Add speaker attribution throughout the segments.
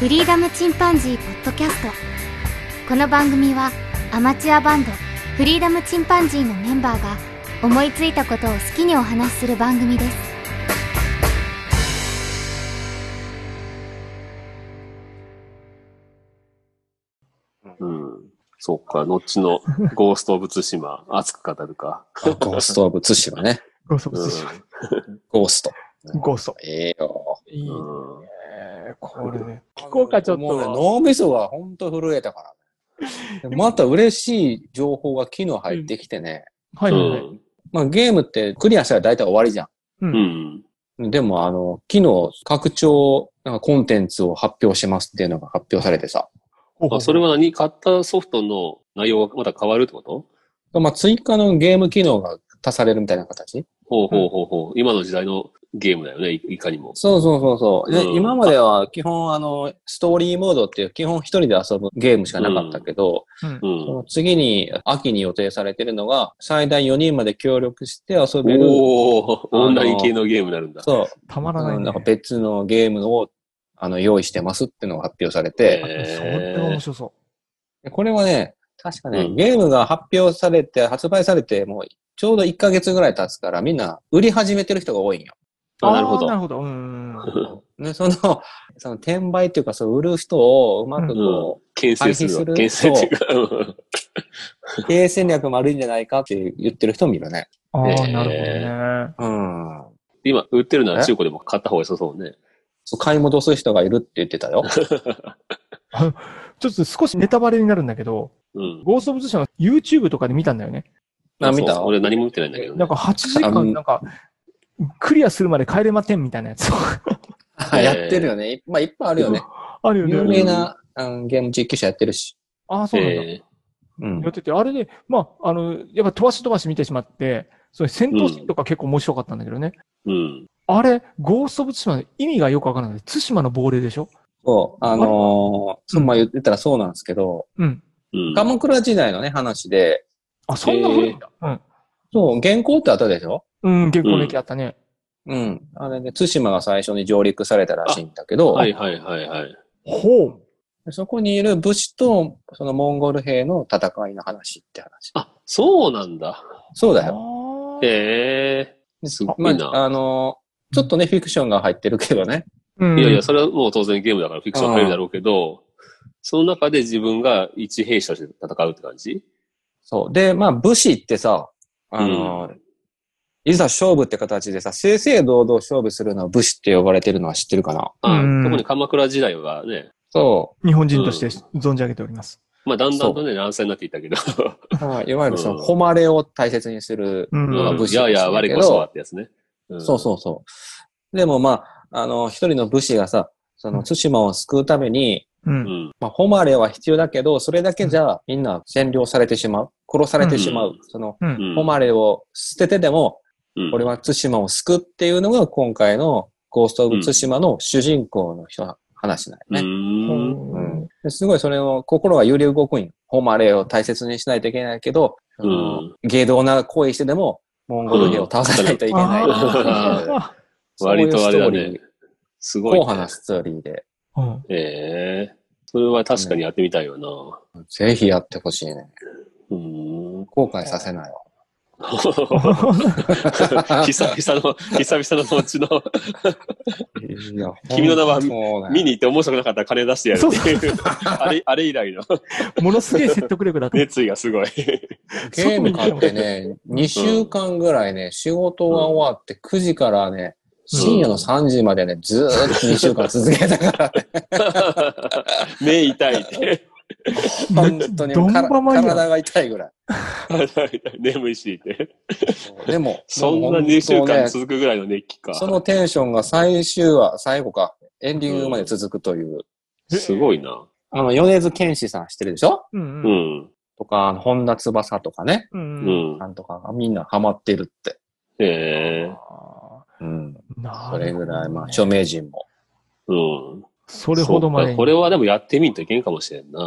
Speaker 1: フリーダムチンパンジーポッドキャストこの番組はアマチュアバンドフリーダムチンパンジーのメンバーが思いついたことを好きにお話しする番組です
Speaker 2: うん。そっか、後のゴースト・オブ・ツシマ、熱く語るか。
Speaker 3: あゴーストオブツシマね。
Speaker 4: ゴースト
Speaker 2: う
Speaker 4: ブ
Speaker 2: ん
Speaker 4: ツシマ。
Speaker 3: ゴースト。
Speaker 4: ゴースト。
Speaker 3: ええよ。
Speaker 5: いいね。
Speaker 2: うん
Speaker 4: これね。
Speaker 5: 聞こうか、ちょっ
Speaker 3: もうね
Speaker 5: と。
Speaker 3: 脳みそがほんと震え たから、ね。また嬉しい情報が昨日入ってきてね。
Speaker 4: はいはいはい。
Speaker 3: まあゲームってクリアしたら大体終わりじゃ
Speaker 4: う。
Speaker 2: うんん。
Speaker 3: ん。でもあの、昨日拡張、なんかコンテンツを発表しますっていうのが発表されてさ。
Speaker 4: ほうほう
Speaker 2: あ、それは何買ったソフトの内容がまた変わるってこと
Speaker 3: まあ追加のゲーム機能が足されるみたいな形
Speaker 2: ほうほうほうほう。今の時代のゲームだよね、いいかにも。
Speaker 3: そうそうそうそう。で、
Speaker 2: うん
Speaker 3: 今までは基本あの、ストーリーモードっていう基本一人で遊ぶゲームしかなかったけど、
Speaker 4: うん
Speaker 2: う。ん
Speaker 3: そ。の次に秋に予定されてるのが、最大4人まで協力して遊べる、
Speaker 2: おおオンライン系のゲームになるんだ。
Speaker 3: そう、
Speaker 4: たまらな
Speaker 3: う
Speaker 4: い
Speaker 3: ん
Speaker 4: ね。
Speaker 3: なんか別のゲームをあの用意してますっていうのが発表され
Speaker 2: へ
Speaker 3: て、
Speaker 2: ー
Speaker 4: それは面白そ
Speaker 3: でこれはね、確かね、
Speaker 2: うん
Speaker 3: ゲームが発表されて、発売されて、もうちょうど1ヶ月ぐらい経つから、みんな売り始めてる人が多いんよ。
Speaker 4: う。
Speaker 2: あ、なるほ
Speaker 4: ー
Speaker 2: ど。
Speaker 4: なるほど。 うん。
Speaker 3: でその、 その転売っていうか、そう売る人をうまくこ
Speaker 2: 牽制するわ。
Speaker 3: 回避
Speaker 2: 牽
Speaker 3: す
Speaker 2: 制
Speaker 3: る
Speaker 2: っていうか。うん
Speaker 3: う、経営戦略も悪いんじゃないかって言ってる人もいるね。
Speaker 4: ああ、
Speaker 2: えー
Speaker 4: なる
Speaker 3: うん。
Speaker 2: 今、売ってるなら中古でも買った方が良さそうね。
Speaker 3: そう買い戻す人がいるって言っ てたよ。
Speaker 4: ほどね。ちょっと少しネタバレになるんだけど、
Speaker 2: うん。
Speaker 4: ゴーストブツシマの YouTube とかで見たんだよね。
Speaker 3: あ、見
Speaker 2: そう
Speaker 3: た
Speaker 2: そう俺何も見てないんだけどね。
Speaker 4: なんか8時
Speaker 3: あうん
Speaker 4: 間、なんか、クリアするまで帰れませんみたいなやつ。
Speaker 3: あやってるよね。いまあ、いっぱいあるよね。
Speaker 4: あるよね。
Speaker 3: 有名な、うん、ゲーム実況者やってるし。
Speaker 4: ああ、そうなんだ。
Speaker 2: え
Speaker 3: うん
Speaker 4: やっ。てて、あれで、まあ、あの、やっぱ飛ばし飛ばし見てしまって、その戦闘シーンとか結構面白かったんだけどね。
Speaker 2: ーうん。
Speaker 4: あれ、ゴースト・オブ・ツシマの意味がよくわからない。ツシマの亡霊でしょ
Speaker 3: そう、あのー、そんまあ言ってたらそうなんですけど、
Speaker 4: うん。
Speaker 2: うん。
Speaker 3: 鎌倉時代のね、話で、
Speaker 4: あ、そんな古いんだ。
Speaker 3: そう、原稿ってあったでしょ
Speaker 4: うん。うん、結構歴あったね。
Speaker 3: うん。あれね、対馬が最初に上陸されたらしいんだけど、
Speaker 2: はいはいはいはい。
Speaker 4: ほう。
Speaker 3: そこにいる武士と、そのモンゴル兵の戦いの話って話。
Speaker 2: あ、そうなんだ。
Speaker 3: そうだよ。
Speaker 4: あー
Speaker 2: へえすご
Speaker 3: ま
Speaker 2: いな。
Speaker 3: あ、あのー、ちょっとね、フィクションが入ってるけどね。
Speaker 4: うん
Speaker 2: いやいや、それはもう当然ゲームだからフィクション入るだろうけど、その中で自分が一兵士として戦うって感じ
Speaker 3: そう。で、まあ、武士ってさ、あのー、いざ勝負って形でさ、正々堂々勝負するのは武士って呼ばれてるのは知ってるかな
Speaker 2: あ
Speaker 4: うん
Speaker 2: 特に鎌倉時代はね、
Speaker 3: そ
Speaker 4: 日本人として存じ上げております。
Speaker 2: まあだんだんとね、乱戦になっていったけど、
Speaker 3: う。まあいわゆるそ
Speaker 2: う
Speaker 3: の、
Speaker 2: ん
Speaker 3: 誉れを大切にする
Speaker 4: うん
Speaker 3: のが武士
Speaker 2: や
Speaker 3: なんですけ
Speaker 2: や
Speaker 3: ど
Speaker 2: 我こそはってやつね。
Speaker 3: そうそうそう。でもまあ、あの、一人の武士がさ、その、対馬を救うために、
Speaker 4: う。
Speaker 2: うん。うんん。
Speaker 3: まあ、誉れは必要だけど、それだけじゃ、みんな占領されてしまう。殺されてしま
Speaker 2: う
Speaker 3: う。
Speaker 2: ん
Speaker 3: その、
Speaker 4: うん。
Speaker 3: 誉れを捨ててでも、
Speaker 2: うん
Speaker 3: 俺は対馬を救うっていうのが今回のゴースト・オブ・対馬の主人公の人、話なん
Speaker 2: う
Speaker 3: よね、
Speaker 2: ーん。
Speaker 3: うんですごいそれを心が揺れ動くんよ。誉れを大切にしないといけないけど、
Speaker 2: うん
Speaker 3: あの芸道な行為してでもモンゴル兵を倒さないといけない。
Speaker 4: あ
Speaker 3: そういう
Speaker 2: 割とあれだね
Speaker 3: ストーリー
Speaker 2: すご
Speaker 3: 硬
Speaker 2: い、
Speaker 3: 派
Speaker 2: ね
Speaker 3: な。ストーリーで、
Speaker 4: ーうん
Speaker 2: ええそれは確かにやってみたいよな。
Speaker 3: ぜひやってほしいね。
Speaker 2: うーん。
Speaker 3: 後悔させないわ。
Speaker 2: 久々の、久々のそっちの、
Speaker 3: いや
Speaker 2: 君の名は
Speaker 3: そうだよ
Speaker 2: 見に行って面白くなかったら金出してやるっていう、 あれ、あれ以来 の
Speaker 4: ものすげえ説得力だった。
Speaker 2: 熱意がすごい。
Speaker 3: ゲーム買ってね、2週間ぐらいね、仕事が終わって9時からね、深夜の3時までね、ずーっと2週間続けたからね。
Speaker 2: 目痛いって。
Speaker 3: 本当に
Speaker 4: どん
Speaker 3: か
Speaker 4: ばまや
Speaker 3: 体が痛いぐらい。
Speaker 2: 眠いしって。
Speaker 3: でも、
Speaker 2: そんな2週間続くぐらいの熱気か。
Speaker 3: そのテンションが最終話、最後か、エンディングまで続くという。
Speaker 2: すごいな。
Speaker 3: あの、米津玄師さん知ってるでしょ
Speaker 4: うん
Speaker 2: う
Speaker 4: うん
Speaker 2: ん。
Speaker 3: とか、あの本田翼とかね、
Speaker 4: う
Speaker 2: うん
Speaker 4: うん。
Speaker 2: ん
Speaker 3: な。んとかがみんなハマってるって。
Speaker 2: ええ
Speaker 4: あ
Speaker 3: うん。
Speaker 4: ーな
Speaker 3: それぐらい、まあ、
Speaker 4: そ
Speaker 3: 著名人も。
Speaker 2: うん。
Speaker 4: れほどま
Speaker 2: そ
Speaker 4: で
Speaker 2: うか
Speaker 4: に。
Speaker 2: これはでもやってみんといけんかもしれんな。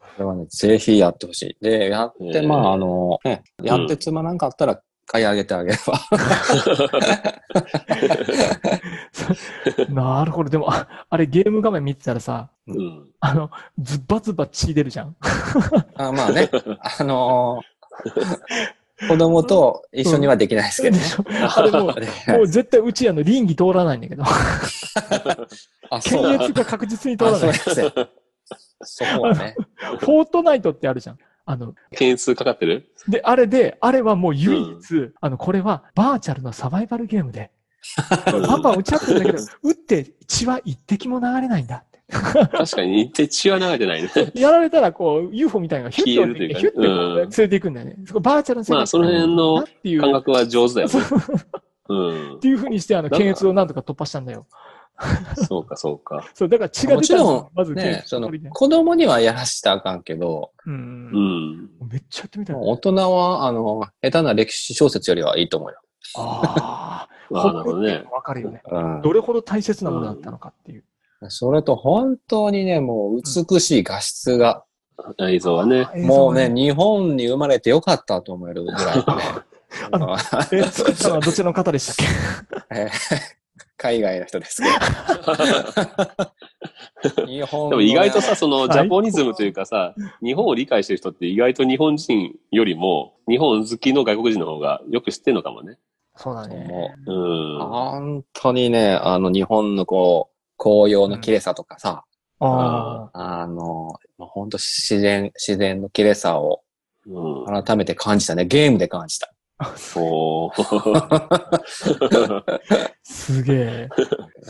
Speaker 3: これはね、ぜひやってほしい。で、やっ
Speaker 2: え
Speaker 3: て、
Speaker 2: ー
Speaker 3: まあ、あの、ね、やってつまらんかったら買い上げてあげれ ば。
Speaker 4: なるほど。でも、ああれゲーム画面見てたらさ、
Speaker 2: うん。
Speaker 4: あの、ズバズバ血出るじゃん。
Speaker 3: あまあね、あのー子供と一緒にはできないですけどね
Speaker 4: で。しょあれもう、もう絶対うちあの、倫理通らないんだけど、
Speaker 3: あ、そう
Speaker 4: 検
Speaker 3: だ。
Speaker 4: 閲が確実に通
Speaker 3: あ、
Speaker 4: ら
Speaker 3: そう
Speaker 4: な
Speaker 3: で
Speaker 4: い。
Speaker 3: すね。そこは ね。
Speaker 4: フォートナイトってあるじゃん。あの、
Speaker 2: 件数かかってる
Speaker 4: で、あれで、あれはもう唯一、あの、これはバーチャルのサバイバルゲームで、バンバン打ち合ってるんだけど、打って血は一滴も流れないんだって。
Speaker 2: 確かに、血は流れて ないね。
Speaker 4: やられたら、こう、UFO みたいなのがヒュッて降りてきて、ヒ
Speaker 2: 消える
Speaker 4: ュッ
Speaker 2: というかね
Speaker 4: てこう連れていくんだよね。そこバーチャルの世界
Speaker 2: まあ、その辺
Speaker 4: だ
Speaker 2: の
Speaker 4: っていう、
Speaker 2: 感
Speaker 4: っ
Speaker 2: 覚は上手だよね。うん。
Speaker 4: ていうふうにして、あの、検閲をなんとか突破したんだよ。
Speaker 2: そうか、そうか。
Speaker 4: そう、だから血が
Speaker 3: も
Speaker 4: 出
Speaker 3: ち
Speaker 4: たら
Speaker 3: ろ
Speaker 4: まず
Speaker 3: ん、
Speaker 4: 検
Speaker 3: ね、
Speaker 4: 閲
Speaker 3: そ
Speaker 4: を
Speaker 3: の
Speaker 4: 取りね。、
Speaker 3: 子供にはやらしたらあかんけど、
Speaker 4: うん
Speaker 2: う。 ん。
Speaker 4: めっちゃやってみたいな。
Speaker 3: 大人は、あの、下手な歴史小説よりはいいと思うよ。
Speaker 4: ああ。
Speaker 2: ああ、なるほどね。
Speaker 4: わかるよね。
Speaker 3: うん
Speaker 4: どれほど大切なものだったのかっていう。
Speaker 3: それと本当にね、もう美しい画質が、
Speaker 2: 映像はね。
Speaker 3: もうね、日本に生まれてよかったと思えるぐらいのね
Speaker 4: あのえ作っ たのはどちらの方でしたっけ
Speaker 3: えー海外の人ですけど。日本
Speaker 2: でも
Speaker 3: のね
Speaker 2: 意外とさ、その
Speaker 4: はい
Speaker 2: ジャポニズムというかさ、日本を理解してる人って意外と日本人よりも、日本好きの外国人の方がよく知ってるのかもね。
Speaker 4: そうだね。
Speaker 3: も
Speaker 2: う。
Speaker 3: うん本当にね、あの日本のこう、紅葉の綺麗さとかさ、
Speaker 4: あ
Speaker 3: あの、本当自然、自然の綺麗さを
Speaker 2: うん。
Speaker 3: 改めて感じたね。ゲームで感じた。
Speaker 2: そう。
Speaker 4: あ。すげえ。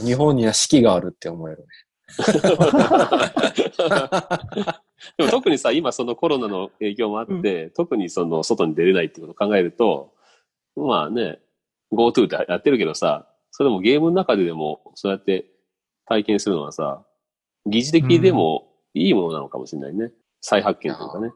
Speaker 3: 日本には四季があるって思えるね。
Speaker 2: でも特にさ、今そのコロナの影響もあって、特にその外に出れないってことを考えると、まあね、GoTo ってやってるけどさ、それでもゲームの中ででもそうやって体験するのはさ、疑似的でもいいものなのかもしれないね。再発見というかね。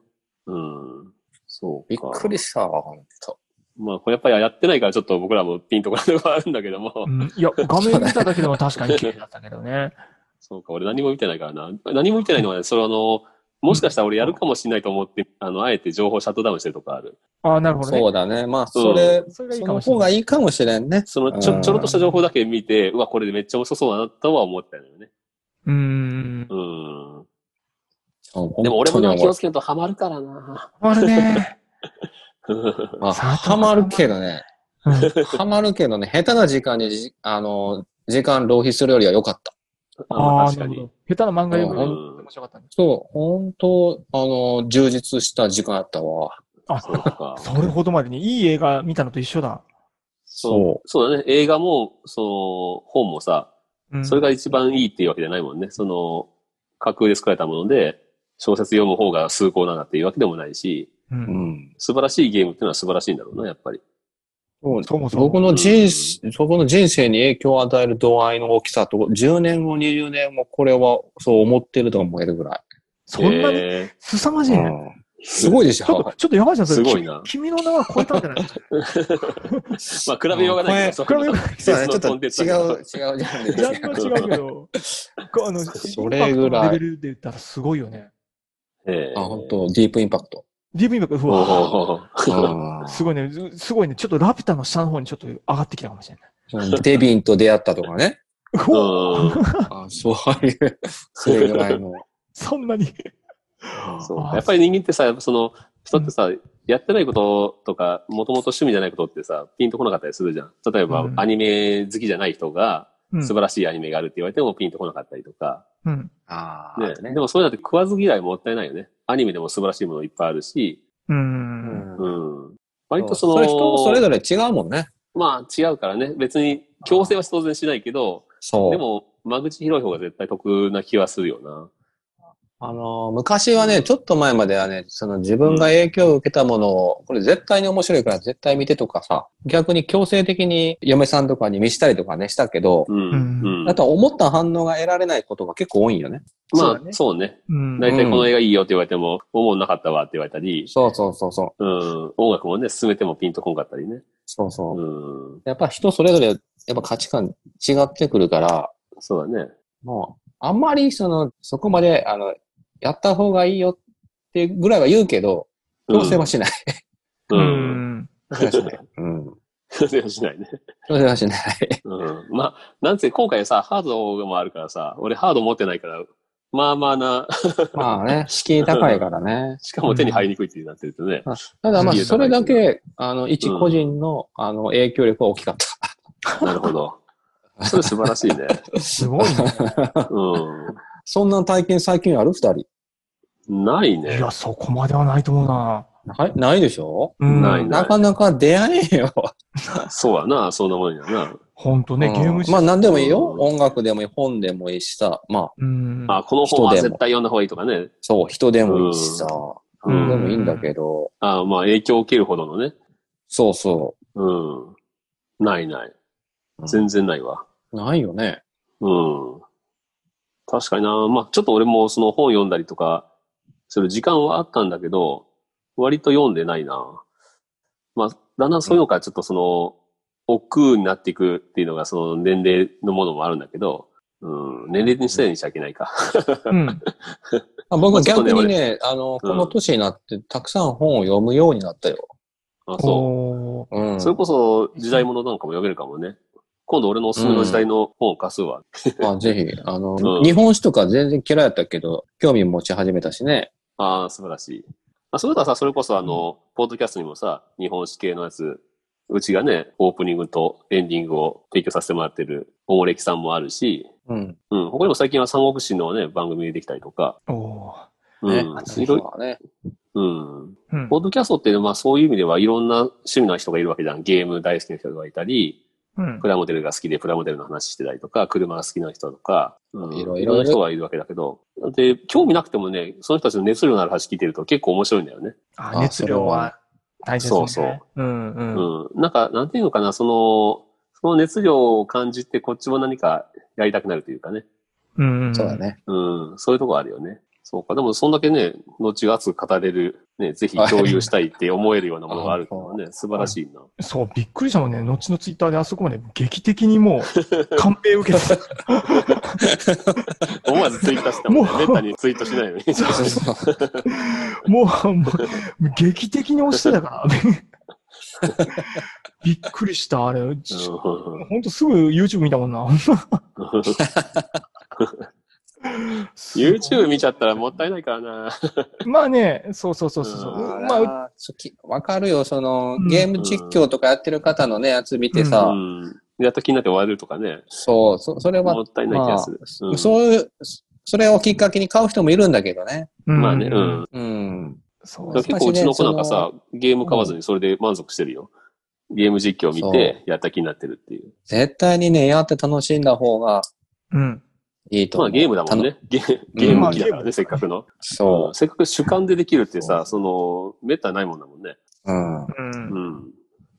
Speaker 2: うん。そう
Speaker 3: びっ
Speaker 2: か。
Speaker 3: くりしたわ、本当。
Speaker 2: まあ、これやっぱりやってないからちょっと僕らもピンとこないとこあるんだけども。
Speaker 4: うんいや、画面見ただけでも確かに綺麗だったけどね。
Speaker 2: そうか、俺何も見てないからな。何も見てないのはね、それあの、もしかしたら俺やるかもしれないと思って、あの、あえて情報シャットダウンしてるとかある。
Speaker 4: ああ、なるほどね
Speaker 3: そ。うだね。まあ、それ、
Speaker 4: それがいい
Speaker 3: そ
Speaker 4: かも
Speaker 3: の
Speaker 4: し
Speaker 3: 方
Speaker 4: れな
Speaker 3: が
Speaker 4: い。
Speaker 3: いいかもしれんね。
Speaker 2: そのち
Speaker 3: う
Speaker 2: ょ、
Speaker 3: ん
Speaker 2: ちょろっとした情報だけ見て、うわ、これでめっちゃ面白そうだなとは思ったよね。
Speaker 4: うーん
Speaker 2: う。ん。
Speaker 3: で
Speaker 2: でも俺もな、気をつけるとハマるからな。
Speaker 4: あるね。
Speaker 3: まあ、
Speaker 4: さあ
Speaker 3: ハマるけどね。
Speaker 4: うん
Speaker 3: ハマるけどね、下手な時間にじ、あの、時間浪費するよりは良かった。
Speaker 4: ああ、
Speaker 2: 確
Speaker 4: な
Speaker 2: か
Speaker 4: るほ
Speaker 2: に
Speaker 4: ど。。下手な漫画読むより
Speaker 2: うん
Speaker 4: 面白かったね。
Speaker 3: そう、本当あの、充実した時間やったわ。
Speaker 2: そうか。
Speaker 4: それほどまでにいい映画見たのと一緒だ。
Speaker 2: そう。そうだね。映画も、その、本もさ、
Speaker 4: うん
Speaker 2: それが一番いいっていうわけじゃないもんね。その、架空で作られたもので、小説読む方が崇高なんだっていうわけでもないし、
Speaker 4: う。
Speaker 3: うんん。
Speaker 2: 素晴らしいゲームっていうのは素晴らしいんだろうな、やっぱり。
Speaker 3: そう
Speaker 4: そもそも
Speaker 3: 僕。の人生、そこの人生に影響を与える度合いの大きさと、10年後、20年後、これはそう思ってると思えるぐらい。
Speaker 4: そんなに
Speaker 2: へー
Speaker 4: 凄まじいね。
Speaker 3: うんすごいでし
Speaker 4: ちょっ
Speaker 3: ょ
Speaker 4: と、ちょっとやばいじゃん、それ。
Speaker 2: すごいな
Speaker 4: 君君の名は超えたんじゃない
Speaker 2: まあ、比べようがないけど、
Speaker 4: 比べようが
Speaker 2: そういうの別のコンテンツだから
Speaker 3: う、違うじゃないで
Speaker 4: ジャンルは違うけど、こうあの、
Speaker 3: それぐらい
Speaker 4: インパクトのレベルで言ったらすごいよね。
Speaker 2: ええ
Speaker 3: あ、本当ディープインパクト。
Speaker 4: DV インパクト、う
Speaker 2: お
Speaker 4: わ
Speaker 3: うん
Speaker 4: すごいね、ずすごいね。ちょっとラピュタの下の方にちょっと上がってきたかもしれない。
Speaker 3: デビンと出会ったとかね。
Speaker 2: ー
Speaker 4: お
Speaker 2: うん
Speaker 3: あそういう、それぐらいの。
Speaker 4: そんなに。
Speaker 2: そう
Speaker 4: あー
Speaker 2: やっぱり人間ってさ、その、人ってさ、やってないこととか、もともと趣味じゃないことってさ、ピンとこなかったりするじゃん。例えば、
Speaker 4: うん
Speaker 2: アニメ好きじゃない人が、
Speaker 4: うん
Speaker 2: 素晴らしいアニメがあるって言われてもピンとこなかったりとか。
Speaker 4: うん。
Speaker 3: あ
Speaker 2: ねでもそういうのって食わず嫌いもったいないよね。アニメでも素晴らしいものいっぱいあるし、
Speaker 4: う。
Speaker 3: うん
Speaker 2: うん。割とその、
Speaker 3: れ人それぞれ違うもんね。
Speaker 2: まあ違うからね。別に強制は当然しないけど、
Speaker 3: そう。
Speaker 2: でも、間口広い方が絶対得な気はするよな。
Speaker 3: あのー、昔はね、ちょっと前まではね、その自分が影響を受けたものを、これ絶対に面白いから絶対見てとかさ、逆に強制的に嫁さんとかに見したりとかね、したけど、
Speaker 2: うん。
Speaker 4: うん
Speaker 2: うん
Speaker 3: あとは思った反応が得られないことが結構多いんよね。
Speaker 4: そう
Speaker 2: ま
Speaker 4: だ
Speaker 2: あ、
Speaker 4: ね
Speaker 2: そうね。
Speaker 4: うん。
Speaker 2: 大体この映画いいよって言われても、思うなかったわって言われたり、
Speaker 3: そうそうそうそう。
Speaker 2: うん、音楽もね、進めてもピンとこんかったりね。
Speaker 3: そうそうう。
Speaker 2: ん、
Speaker 3: やっぱ人それぞれ、やっぱ価値観違ってくるから、
Speaker 2: そうだね。
Speaker 3: もう、あんまりその、そこまで、あの、やった方がいいよっていうぐらいは言うけど、強制はしない。
Speaker 4: う
Speaker 2: うん。
Speaker 4: ん。
Speaker 3: 強制はしない。 うん。
Speaker 2: 強制はしないね。
Speaker 3: 強制はしない。
Speaker 2: うん。まあ、なんせ今回さ、ハードもあるからさ、俺ハード持ってないから、まあまあな、
Speaker 3: まあね、敷居高いからね。
Speaker 2: しかも手に入りにくいってなってると ね。
Speaker 3: ただまあ、
Speaker 2: 敷居高い
Speaker 3: それだけ、あの、一個人の、あの、影響力は大きかった。
Speaker 2: なるほど。それ素晴らしいね。
Speaker 4: すごいね。
Speaker 2: う
Speaker 3: そんな体験最近ある二人。
Speaker 2: ん。ない
Speaker 4: い
Speaker 2: ね。
Speaker 4: や、そこまではないと思うな。
Speaker 3: ない、ないでしょ
Speaker 4: うん、
Speaker 2: ないね
Speaker 3: なかなか出会えんよ。
Speaker 2: そうやな、そんなもんやな。
Speaker 4: ほんとね、
Speaker 3: うん
Speaker 4: ゲーム実況
Speaker 3: まあ、何でもいいよ。
Speaker 2: うん
Speaker 3: 音楽でもいい、本でもいいしさ。まあ、
Speaker 4: うん。
Speaker 2: あ、この本は絶対読んだ方がいいとかね。
Speaker 3: そう、人でもいいしさ。
Speaker 2: う
Speaker 3: 何で
Speaker 2: ん。
Speaker 3: もいいんだけど。
Speaker 2: あまあ、影響を受けるほどのね。
Speaker 3: そうそ
Speaker 2: うん。ないない。
Speaker 3: うん
Speaker 2: 全然ないわ。
Speaker 3: う。ないよね。
Speaker 2: うん。確かにな。まあ、ちょっと俺もその本読んだりとか、する時間はあったんだけど、割と読んでないな。まあ、だんだんそういうのからちょっとその、億劫になっていくっていうのがその年齢のものもあるんだけど、うん、年齢にしたようにしちゃいけないか。
Speaker 4: うん。
Speaker 2: まあ
Speaker 3: あ僕
Speaker 2: ちょっと
Speaker 3: 逆
Speaker 2: ね
Speaker 3: にね、あの、この年になって、たくさん本を読むようになったよ。
Speaker 2: あそう。
Speaker 4: おー
Speaker 3: うん。
Speaker 2: それこそ時代物なんかも読めるかもね。今度俺のおすすめの時代の本を貸すわ。
Speaker 3: あ、ぜひ、あの、
Speaker 2: うん
Speaker 3: 日本史とか全然嫌いやったけど、興味持ち始めたしね。
Speaker 2: ああ、素晴らしい。あ、そういうことはさ、それこそあの、ポッドキャストにもさ、日本史系のやつ、うちがね、オープニングとエンディングを提供させてもらってる、おもれきさんもあるし、
Speaker 3: うん。
Speaker 2: うん、他にも最近は三国志のね、番組できたりとか、
Speaker 4: おー
Speaker 2: うん、
Speaker 3: ね
Speaker 2: いろいろ
Speaker 3: そうだね。
Speaker 2: うん。
Speaker 4: うん
Speaker 2: ポッドキャストって、まあそういう意味ではいろんな趣味の人がいるわけじゃん。ゲーム大好きな人がいたり、
Speaker 4: うん
Speaker 2: プラモデルが好きでプラモデルの話してたりとか、車が好きな人とか、うん、
Speaker 3: いろいろ
Speaker 2: んな人がいるわけだけど、で、興味なくてもね、その人たちの熱量のある話聞いてると結構面白いんだよね。
Speaker 4: あ、熱量は大切ですね。うんう
Speaker 2: う
Speaker 4: ん。
Speaker 2: ん。なんか、なんていうのかな、その、その熱量を感じて、こっちも何かやりたくなるというかね。
Speaker 4: うんん
Speaker 3: そうだ。ね。
Speaker 2: うん。そういうとこあるよね。そうか。でも、そんだけね、後が熱く語れる、ね、ぜひ共有したいって思えるようなものがあるっていうのはね、素晴らしいな。
Speaker 4: そう、びっくりしたもんね。後のツイッターであそこまで劇的にも う、感銘受けた。
Speaker 2: 思わずツイートしたもんね
Speaker 4: も。う
Speaker 2: めったにツイートしないのに。
Speaker 3: そうそうそう
Speaker 4: もう、もう劇的に押してたから。 びっくりした、あれ。
Speaker 2: うん
Speaker 4: ほんとすぐ YouTube 見たもんな。
Speaker 2: YouTube 見ちゃったらもったいないからな。
Speaker 4: まあね、そうそうそうそうそ う。
Speaker 2: う
Speaker 4: まあ、
Speaker 3: あーそうきわかるよ、その
Speaker 4: うん、
Speaker 3: ゲーム実況とかやってる方のね、やつ見てさ、
Speaker 2: うん。やっと気になって終わるとかね。
Speaker 3: そう、そ、それは
Speaker 2: も、ったいない気がする。うん
Speaker 3: そういう、そそれをきっかけに買う人もいるんだけどね。
Speaker 4: うん
Speaker 2: まあね、うん。。
Speaker 3: うん。
Speaker 4: そう
Speaker 2: だ
Speaker 4: そう
Speaker 2: から結構うちの子なんか
Speaker 3: 昔
Speaker 2: さ、ゲーム買わずにそれで満足してるよ。ゲーム実況を見て、やった気になってるっていう。
Speaker 3: 絶対にね、やって楽しんだ方が
Speaker 4: うん。
Speaker 3: いいと
Speaker 2: ま
Speaker 3: 思う。
Speaker 2: あゲームだもんね。ゲーゲーム機だから
Speaker 4: うん
Speaker 2: ね、せっかくの。
Speaker 3: たの。
Speaker 2: うんせっかく主観でできるって
Speaker 3: そ
Speaker 2: さ、その、めったにないもんだもんね。
Speaker 3: そう。うん。
Speaker 4: うん
Speaker 2: うん。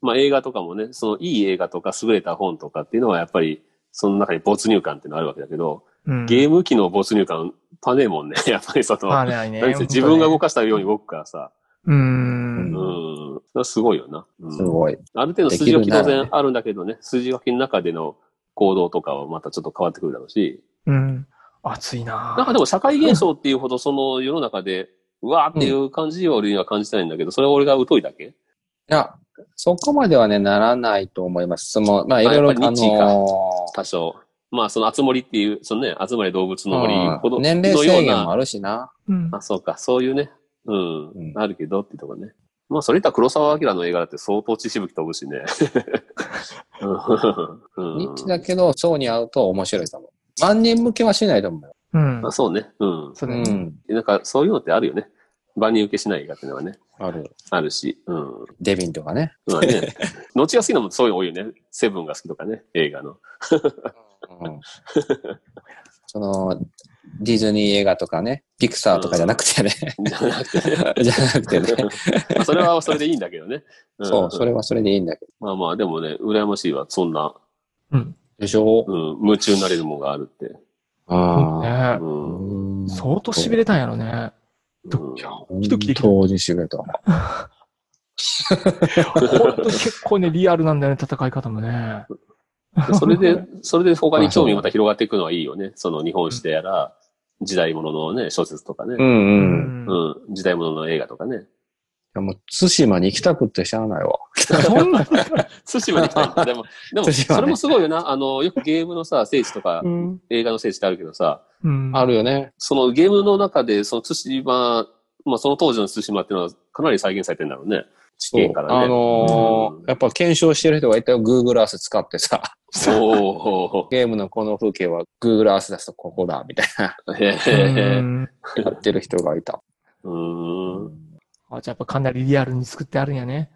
Speaker 2: まあ映画とかもね、そのいい映画とか優れた本とかっていうのはやっぱり、その中に没入感っていうのがあるわけだけど、
Speaker 4: うん。
Speaker 2: ゲーム機の没入感、パネーもんね。やっぱりその、
Speaker 4: まあね、ね
Speaker 2: なんせ自分が動かしたように動くからさ、
Speaker 4: う。
Speaker 2: うんん。だからすごいよな。うん
Speaker 3: すごい。
Speaker 2: ある程度筋書き
Speaker 3: できる
Speaker 2: 当
Speaker 3: ならね
Speaker 2: 然あるんだけどね、筋書きの中での行動とかはまたちょっと変わってくるだろうし、
Speaker 4: うん。熱いな
Speaker 2: なんかでも社会現象っていうほどその世の中で、うわーっていう感じよりは感じてないんだけど、それは俺が疎いだけ
Speaker 3: いや、そこまではね、ならないと思います。その、まあ、いろいろ、
Speaker 2: やっぱ
Speaker 3: あ
Speaker 2: り日か
Speaker 3: の
Speaker 2: 多少。まあその集まりっていう、そのね、集まり動物の森ほ
Speaker 3: ー、う
Speaker 2: ど
Speaker 3: ん、年齢制限も
Speaker 2: あ
Speaker 3: あるしな。
Speaker 4: うん
Speaker 2: あ、そうか、そういうね、うん、
Speaker 3: うん
Speaker 2: あるけどっていうとこね。まあそれ言ったら黒沢明の映画だって相当血しぶき飛ぶし ね。うん
Speaker 3: ニッチだけど、層に合うと面白いと思う。万人向けはしないと思うよ。
Speaker 4: うん
Speaker 2: あ。そうね、うん。
Speaker 4: そう
Speaker 3: う
Speaker 4: だね。
Speaker 3: ん。
Speaker 2: なんかそういうのってあるよね。万人受けしない映画っていうのはね。
Speaker 3: ある。
Speaker 2: あるし、うん。
Speaker 3: デビンとかね。
Speaker 2: まあ ね、後が好きなのもそういうの多いよね。セブンが好きとかね、映画の。
Speaker 3: うん、その、ディズニー映画とかね、ピクサーとかじゃなくてね。
Speaker 2: じゃなくてね。
Speaker 3: じゃなくてね。
Speaker 2: まあそれはそれでいいんだけどね。ん
Speaker 3: そう、それはそれでいいんだけど。
Speaker 2: まあまあ、でもね、羨ましいわ。そんな、
Speaker 4: うん。
Speaker 3: でしょ
Speaker 2: うん、夢中になれるもんがあるって。
Speaker 3: あ
Speaker 2: う
Speaker 4: ね
Speaker 3: あ。
Speaker 2: ん。うん
Speaker 4: 相当痺れたんやろね。
Speaker 3: いや、本
Speaker 4: 一息できる
Speaker 3: 当にしびれた。
Speaker 4: ほんと結構ね、リアルなんだよね、戦い方もね。
Speaker 2: それで、それで他に興味また広がっていくのはいいよね。その日本史でやら、時代物のね、小説とか
Speaker 3: う
Speaker 2: ね。
Speaker 3: ん
Speaker 4: う
Speaker 3: うん。
Speaker 2: うん、時代物の映画とかね。
Speaker 3: いやもう、対馬に行きたくってしゃあないわ。
Speaker 4: そんな、
Speaker 2: 対馬に行きたいんだ。 でも、でも、
Speaker 3: 対馬ね
Speaker 2: それもすごいよな。あの、よくゲームのさ、聖地とか、
Speaker 4: うん。
Speaker 2: 映画の聖地ってあるけどさ、
Speaker 4: うん。
Speaker 3: あるよね。
Speaker 2: そのゲームの中で、その対馬、まあその当時の対馬っていうのはかなり再現されてんだろうね。地
Speaker 3: そう
Speaker 2: 形からね。
Speaker 3: あのー
Speaker 2: うん
Speaker 3: やっぱ検証してる人がいたよ。Google Earth 使ってさ、
Speaker 2: お
Speaker 3: ゲームのこの風景は Google Earth だとここだ、みたいな、
Speaker 2: ーへ
Speaker 4: う
Speaker 2: へへ。
Speaker 4: ん
Speaker 3: やってる人がいた。
Speaker 2: うーん
Speaker 4: あじゃあやっぱかなりリアルに作ってあるんやね。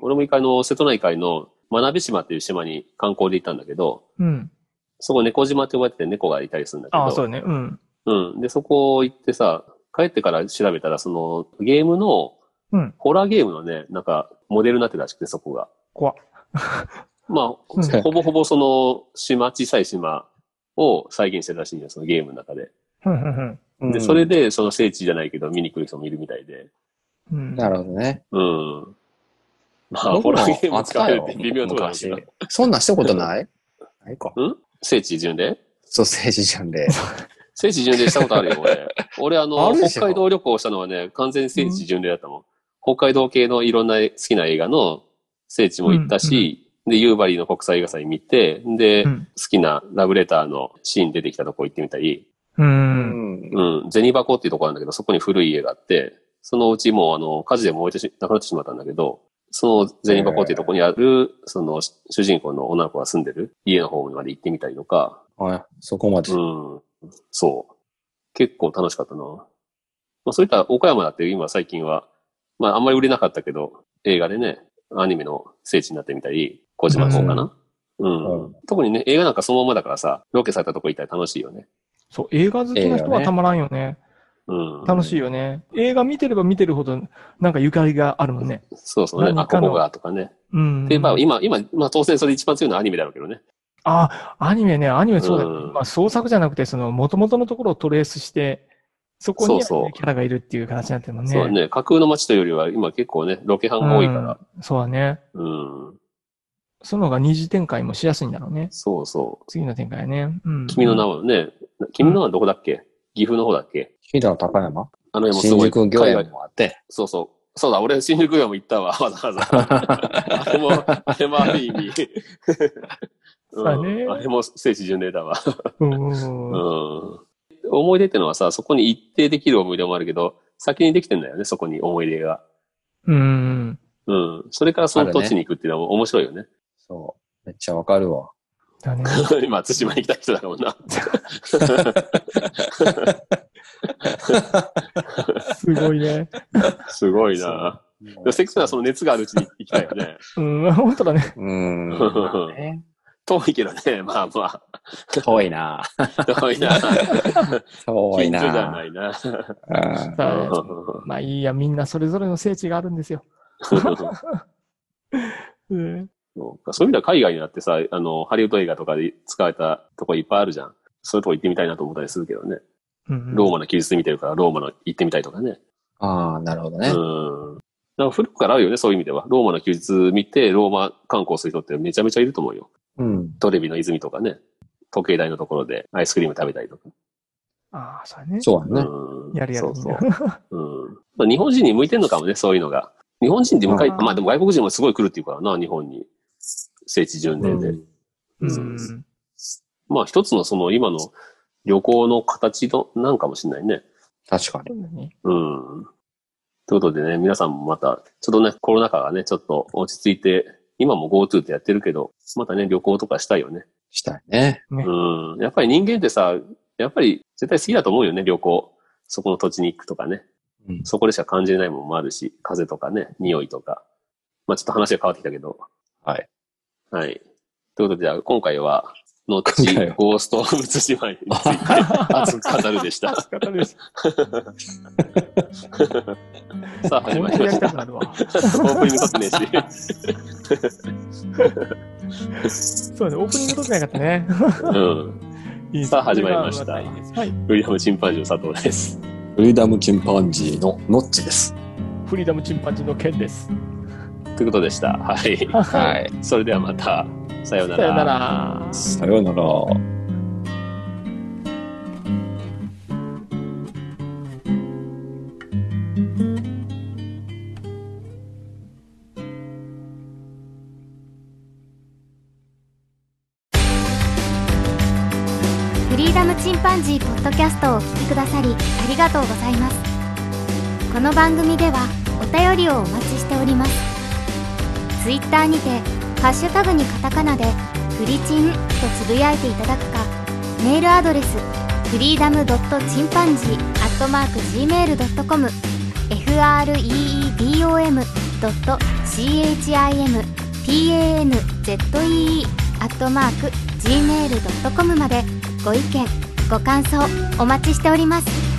Speaker 2: 俺も一回あの、瀬戸内海の真鍋島っていう島に観光で行ったんだけど、
Speaker 4: うん。
Speaker 2: そこ猫島って呼ばれてて猫がいたりするんだけど。
Speaker 4: ああ、そうだね。うん。
Speaker 2: うん。で、そこ行ってさ、帰ってから調べたら、その、ゲームの、
Speaker 4: うん
Speaker 2: ホラーゲームのね、なんか、モデルになってたらしくて、そこが。
Speaker 4: 怖っ
Speaker 2: まあ、ほぼほぼその、島、小さい島を再現してるらしいんよ、そのゲームの中で。
Speaker 4: うんうん
Speaker 3: う
Speaker 2: で、
Speaker 3: ん
Speaker 2: それで、その聖地じゃないけど、見に来る人もいるみたいで。
Speaker 4: うんうん。
Speaker 3: なるほどね。
Speaker 2: うん。まあ、ホ
Speaker 3: 僕も
Speaker 2: ラーゲー
Speaker 3: あ
Speaker 2: ム
Speaker 3: っ
Speaker 2: 使ったてる
Speaker 3: よ
Speaker 2: って微妙なところだけ
Speaker 3: 昔
Speaker 2: ど。。
Speaker 3: そんなんしたこ とないないか。
Speaker 2: うん聖地巡礼
Speaker 3: ソーセージじゃんで。
Speaker 2: 聖地巡礼したことあるよ、俺。 俺、あの
Speaker 3: あるでしょ
Speaker 2: 北海道旅行したのはね、完全に聖地巡礼だったもん。北海道系のいろんな好きな映画の聖地も行ったし、で、夕張の国際映画祭見て、で、
Speaker 4: うん
Speaker 2: 好きなラブレターのシーン出てきたとこ行ってみたり、
Speaker 4: う。
Speaker 3: うんん。
Speaker 2: うん、銭箱っていうとこなんだけど、そこに古い家があって、そのうちもうあの、火事で燃えてし、なくなってしまったんだけど、その銭箱っていうとこにある、その主人公の女の子が住んでる家の方まで行ってみたりとか、
Speaker 3: はい。そこまで。
Speaker 2: うん。そう。結構楽しかったな。まあ、そういった岡山だって今最近は、まああんまり売れなかったけど、映画でね、アニメの聖地になってみたり、小島の方かな。うん。
Speaker 3: う
Speaker 2: 特にね、映画なんかそのままだからさ、ロケされたとこ行ったら楽しいよね。
Speaker 4: そう、映画好きな人はたまらんよね。
Speaker 2: うん。
Speaker 4: 楽しいよね。映画見てれば見てるほど、なんかゆかりがあるもんね。
Speaker 2: そうそうね。あ、
Speaker 4: 何
Speaker 2: こ
Speaker 4: かの
Speaker 2: こがとかね。
Speaker 4: うん。
Speaker 2: で、まあ今、今、まあ当然それ一番強いのはアニメだろうけどね。
Speaker 4: あ、アニメね、アニメそうだよ、
Speaker 2: うん
Speaker 4: まあ創作じゃなくて、その元々のところをトレースして、そこに
Speaker 2: そうそう
Speaker 4: キャラがいるっていう形になってるもんね。
Speaker 2: そうだね。架空の街というよりは今結構ね、ロケハンが多いから。
Speaker 4: うんそうだね。
Speaker 2: うん。
Speaker 4: その方が二次展開もしやすいんだろうね。
Speaker 2: そうそう。
Speaker 4: 次の展開ね。うん。
Speaker 2: 君の名はね、君の名はどこだっけ岐阜の方だっけ
Speaker 3: 飛騨高山
Speaker 2: あの辺もす
Speaker 3: 新
Speaker 2: ごい。
Speaker 3: 宿御苑もあって。
Speaker 2: そうそう。そうだ、俺、新宿御苑も行ったわ、 わざわざ。あれも、あれもある意 味。
Speaker 4: うだね
Speaker 2: んあれも聖地巡礼だわ。
Speaker 4: うん
Speaker 2: う。ん。思い出ってのはさ、そこに一定できる思い出もあるけど、先にできてんだよね、そこに思い出が。
Speaker 4: うん。
Speaker 2: うん。それからそ
Speaker 3: あ
Speaker 2: の
Speaker 3: るね
Speaker 2: 土地に行くっていうのは面白い よね。
Speaker 3: そう。めっちゃわかるわ。
Speaker 4: だ ね。
Speaker 2: 今、対馬に来た人だもんな。
Speaker 4: すごいね。
Speaker 2: すごいな。でもせっかくならその熱があるうちに行きたいよね。
Speaker 4: うん、本当だね。
Speaker 3: うん。
Speaker 2: まあ遠いけどね、まあま
Speaker 3: 遠いな。
Speaker 2: あ。遠いな。
Speaker 3: 遠い
Speaker 2: 近所じゃ
Speaker 3: な
Speaker 2: な。いな。
Speaker 3: うん
Speaker 4: さあまあいいや、みんなそれぞれの聖地があるんですよ。うん。
Speaker 2: そうかそういう意味では海外になってさ、あの、ハリウッド映画とかで使われたとこいっぱいあるじゃん。そういうとこ行ってみたいなと思ったりするけどね。
Speaker 4: うん
Speaker 2: ローマの休日見てるからローマの行ってみたいとかね。
Speaker 3: ああ、なるほど
Speaker 2: う
Speaker 3: ね。
Speaker 2: ん。なんか古くからあるよね、そういう意味では。ローマの休日見てローマ観光する人ってめちゃめちゃいると思うよ。
Speaker 3: うん。
Speaker 2: トレビの泉とかね。時計台のところでアイスクリーム食べたりとか。
Speaker 4: ああ、そうだね。
Speaker 3: そうだね。
Speaker 2: うん。
Speaker 4: やるや
Speaker 2: そ
Speaker 4: る。
Speaker 2: うそう。うん。まあ、日本人に向いてんのかも ね、そういうのが。日本人って向かい、
Speaker 4: あー
Speaker 2: まあでも外国人もすごい来るっていうからな、日本に。聖地巡礼で。
Speaker 3: うん
Speaker 4: うん。
Speaker 2: まあ一つのその今の旅行の形のなんかもしれないね。
Speaker 3: 確かに。
Speaker 4: そうだね。
Speaker 2: うん。ということでね、皆さんもまた、ちょっとね、コロナ禍がね、ちょっと落ち着いて、今も GoTo ってやってるけど、またね、旅行とかしたいよね。
Speaker 3: したいね。
Speaker 2: うん。やっぱり人間ってさ、やっぱり絶対好きだと思うよね、旅行。そこの土地に行くとかね。
Speaker 3: うん
Speaker 2: そこでしか感じれないものもあるし、風とかね、匂いとか。まあちょっと話が変わってきたけど。
Speaker 3: はい。
Speaker 2: はい。ということで、じゃあ今回は、のち
Speaker 3: 今回は
Speaker 2: ゴースト・オブ・ツシマについて熱く語るでした。
Speaker 4: 熱かったです。
Speaker 2: さあ、
Speaker 4: こ
Speaker 2: 始
Speaker 4: ん
Speaker 2: ま
Speaker 4: な
Speaker 2: りま
Speaker 4: にやり
Speaker 2: したた
Speaker 4: く。なるわ。
Speaker 2: オープニング撮ってねえし。
Speaker 4: そうだね。オープニング撮ってなかったね。
Speaker 2: うん。
Speaker 4: いい
Speaker 2: さあ始まりました
Speaker 4: いいですはい。
Speaker 2: ウィリアム・チンパンジーの佐藤です。
Speaker 3: フリーダムチンパンジーのノッチです。
Speaker 4: フリーダムチンパンジーの件です。
Speaker 2: ということでした。はい。
Speaker 4: は
Speaker 3: はい。
Speaker 2: それではまた、さよう
Speaker 4: い。
Speaker 2: な
Speaker 4: さよ
Speaker 2: ら。
Speaker 4: なら。
Speaker 3: さようなら。
Speaker 1: ポッドキャストをお聞きくださりありがとうございますこの番組ではお便りをお待ちしておりますツイッターにてハッシュタグにカタカナでフリチンとつぶやいていただくかメールアドレスフリーダムドットチンパンジーアットマーク Gmail.com freedom ドット chimpanzee アットマーク gmail.com までご意見ご感想お待ちしております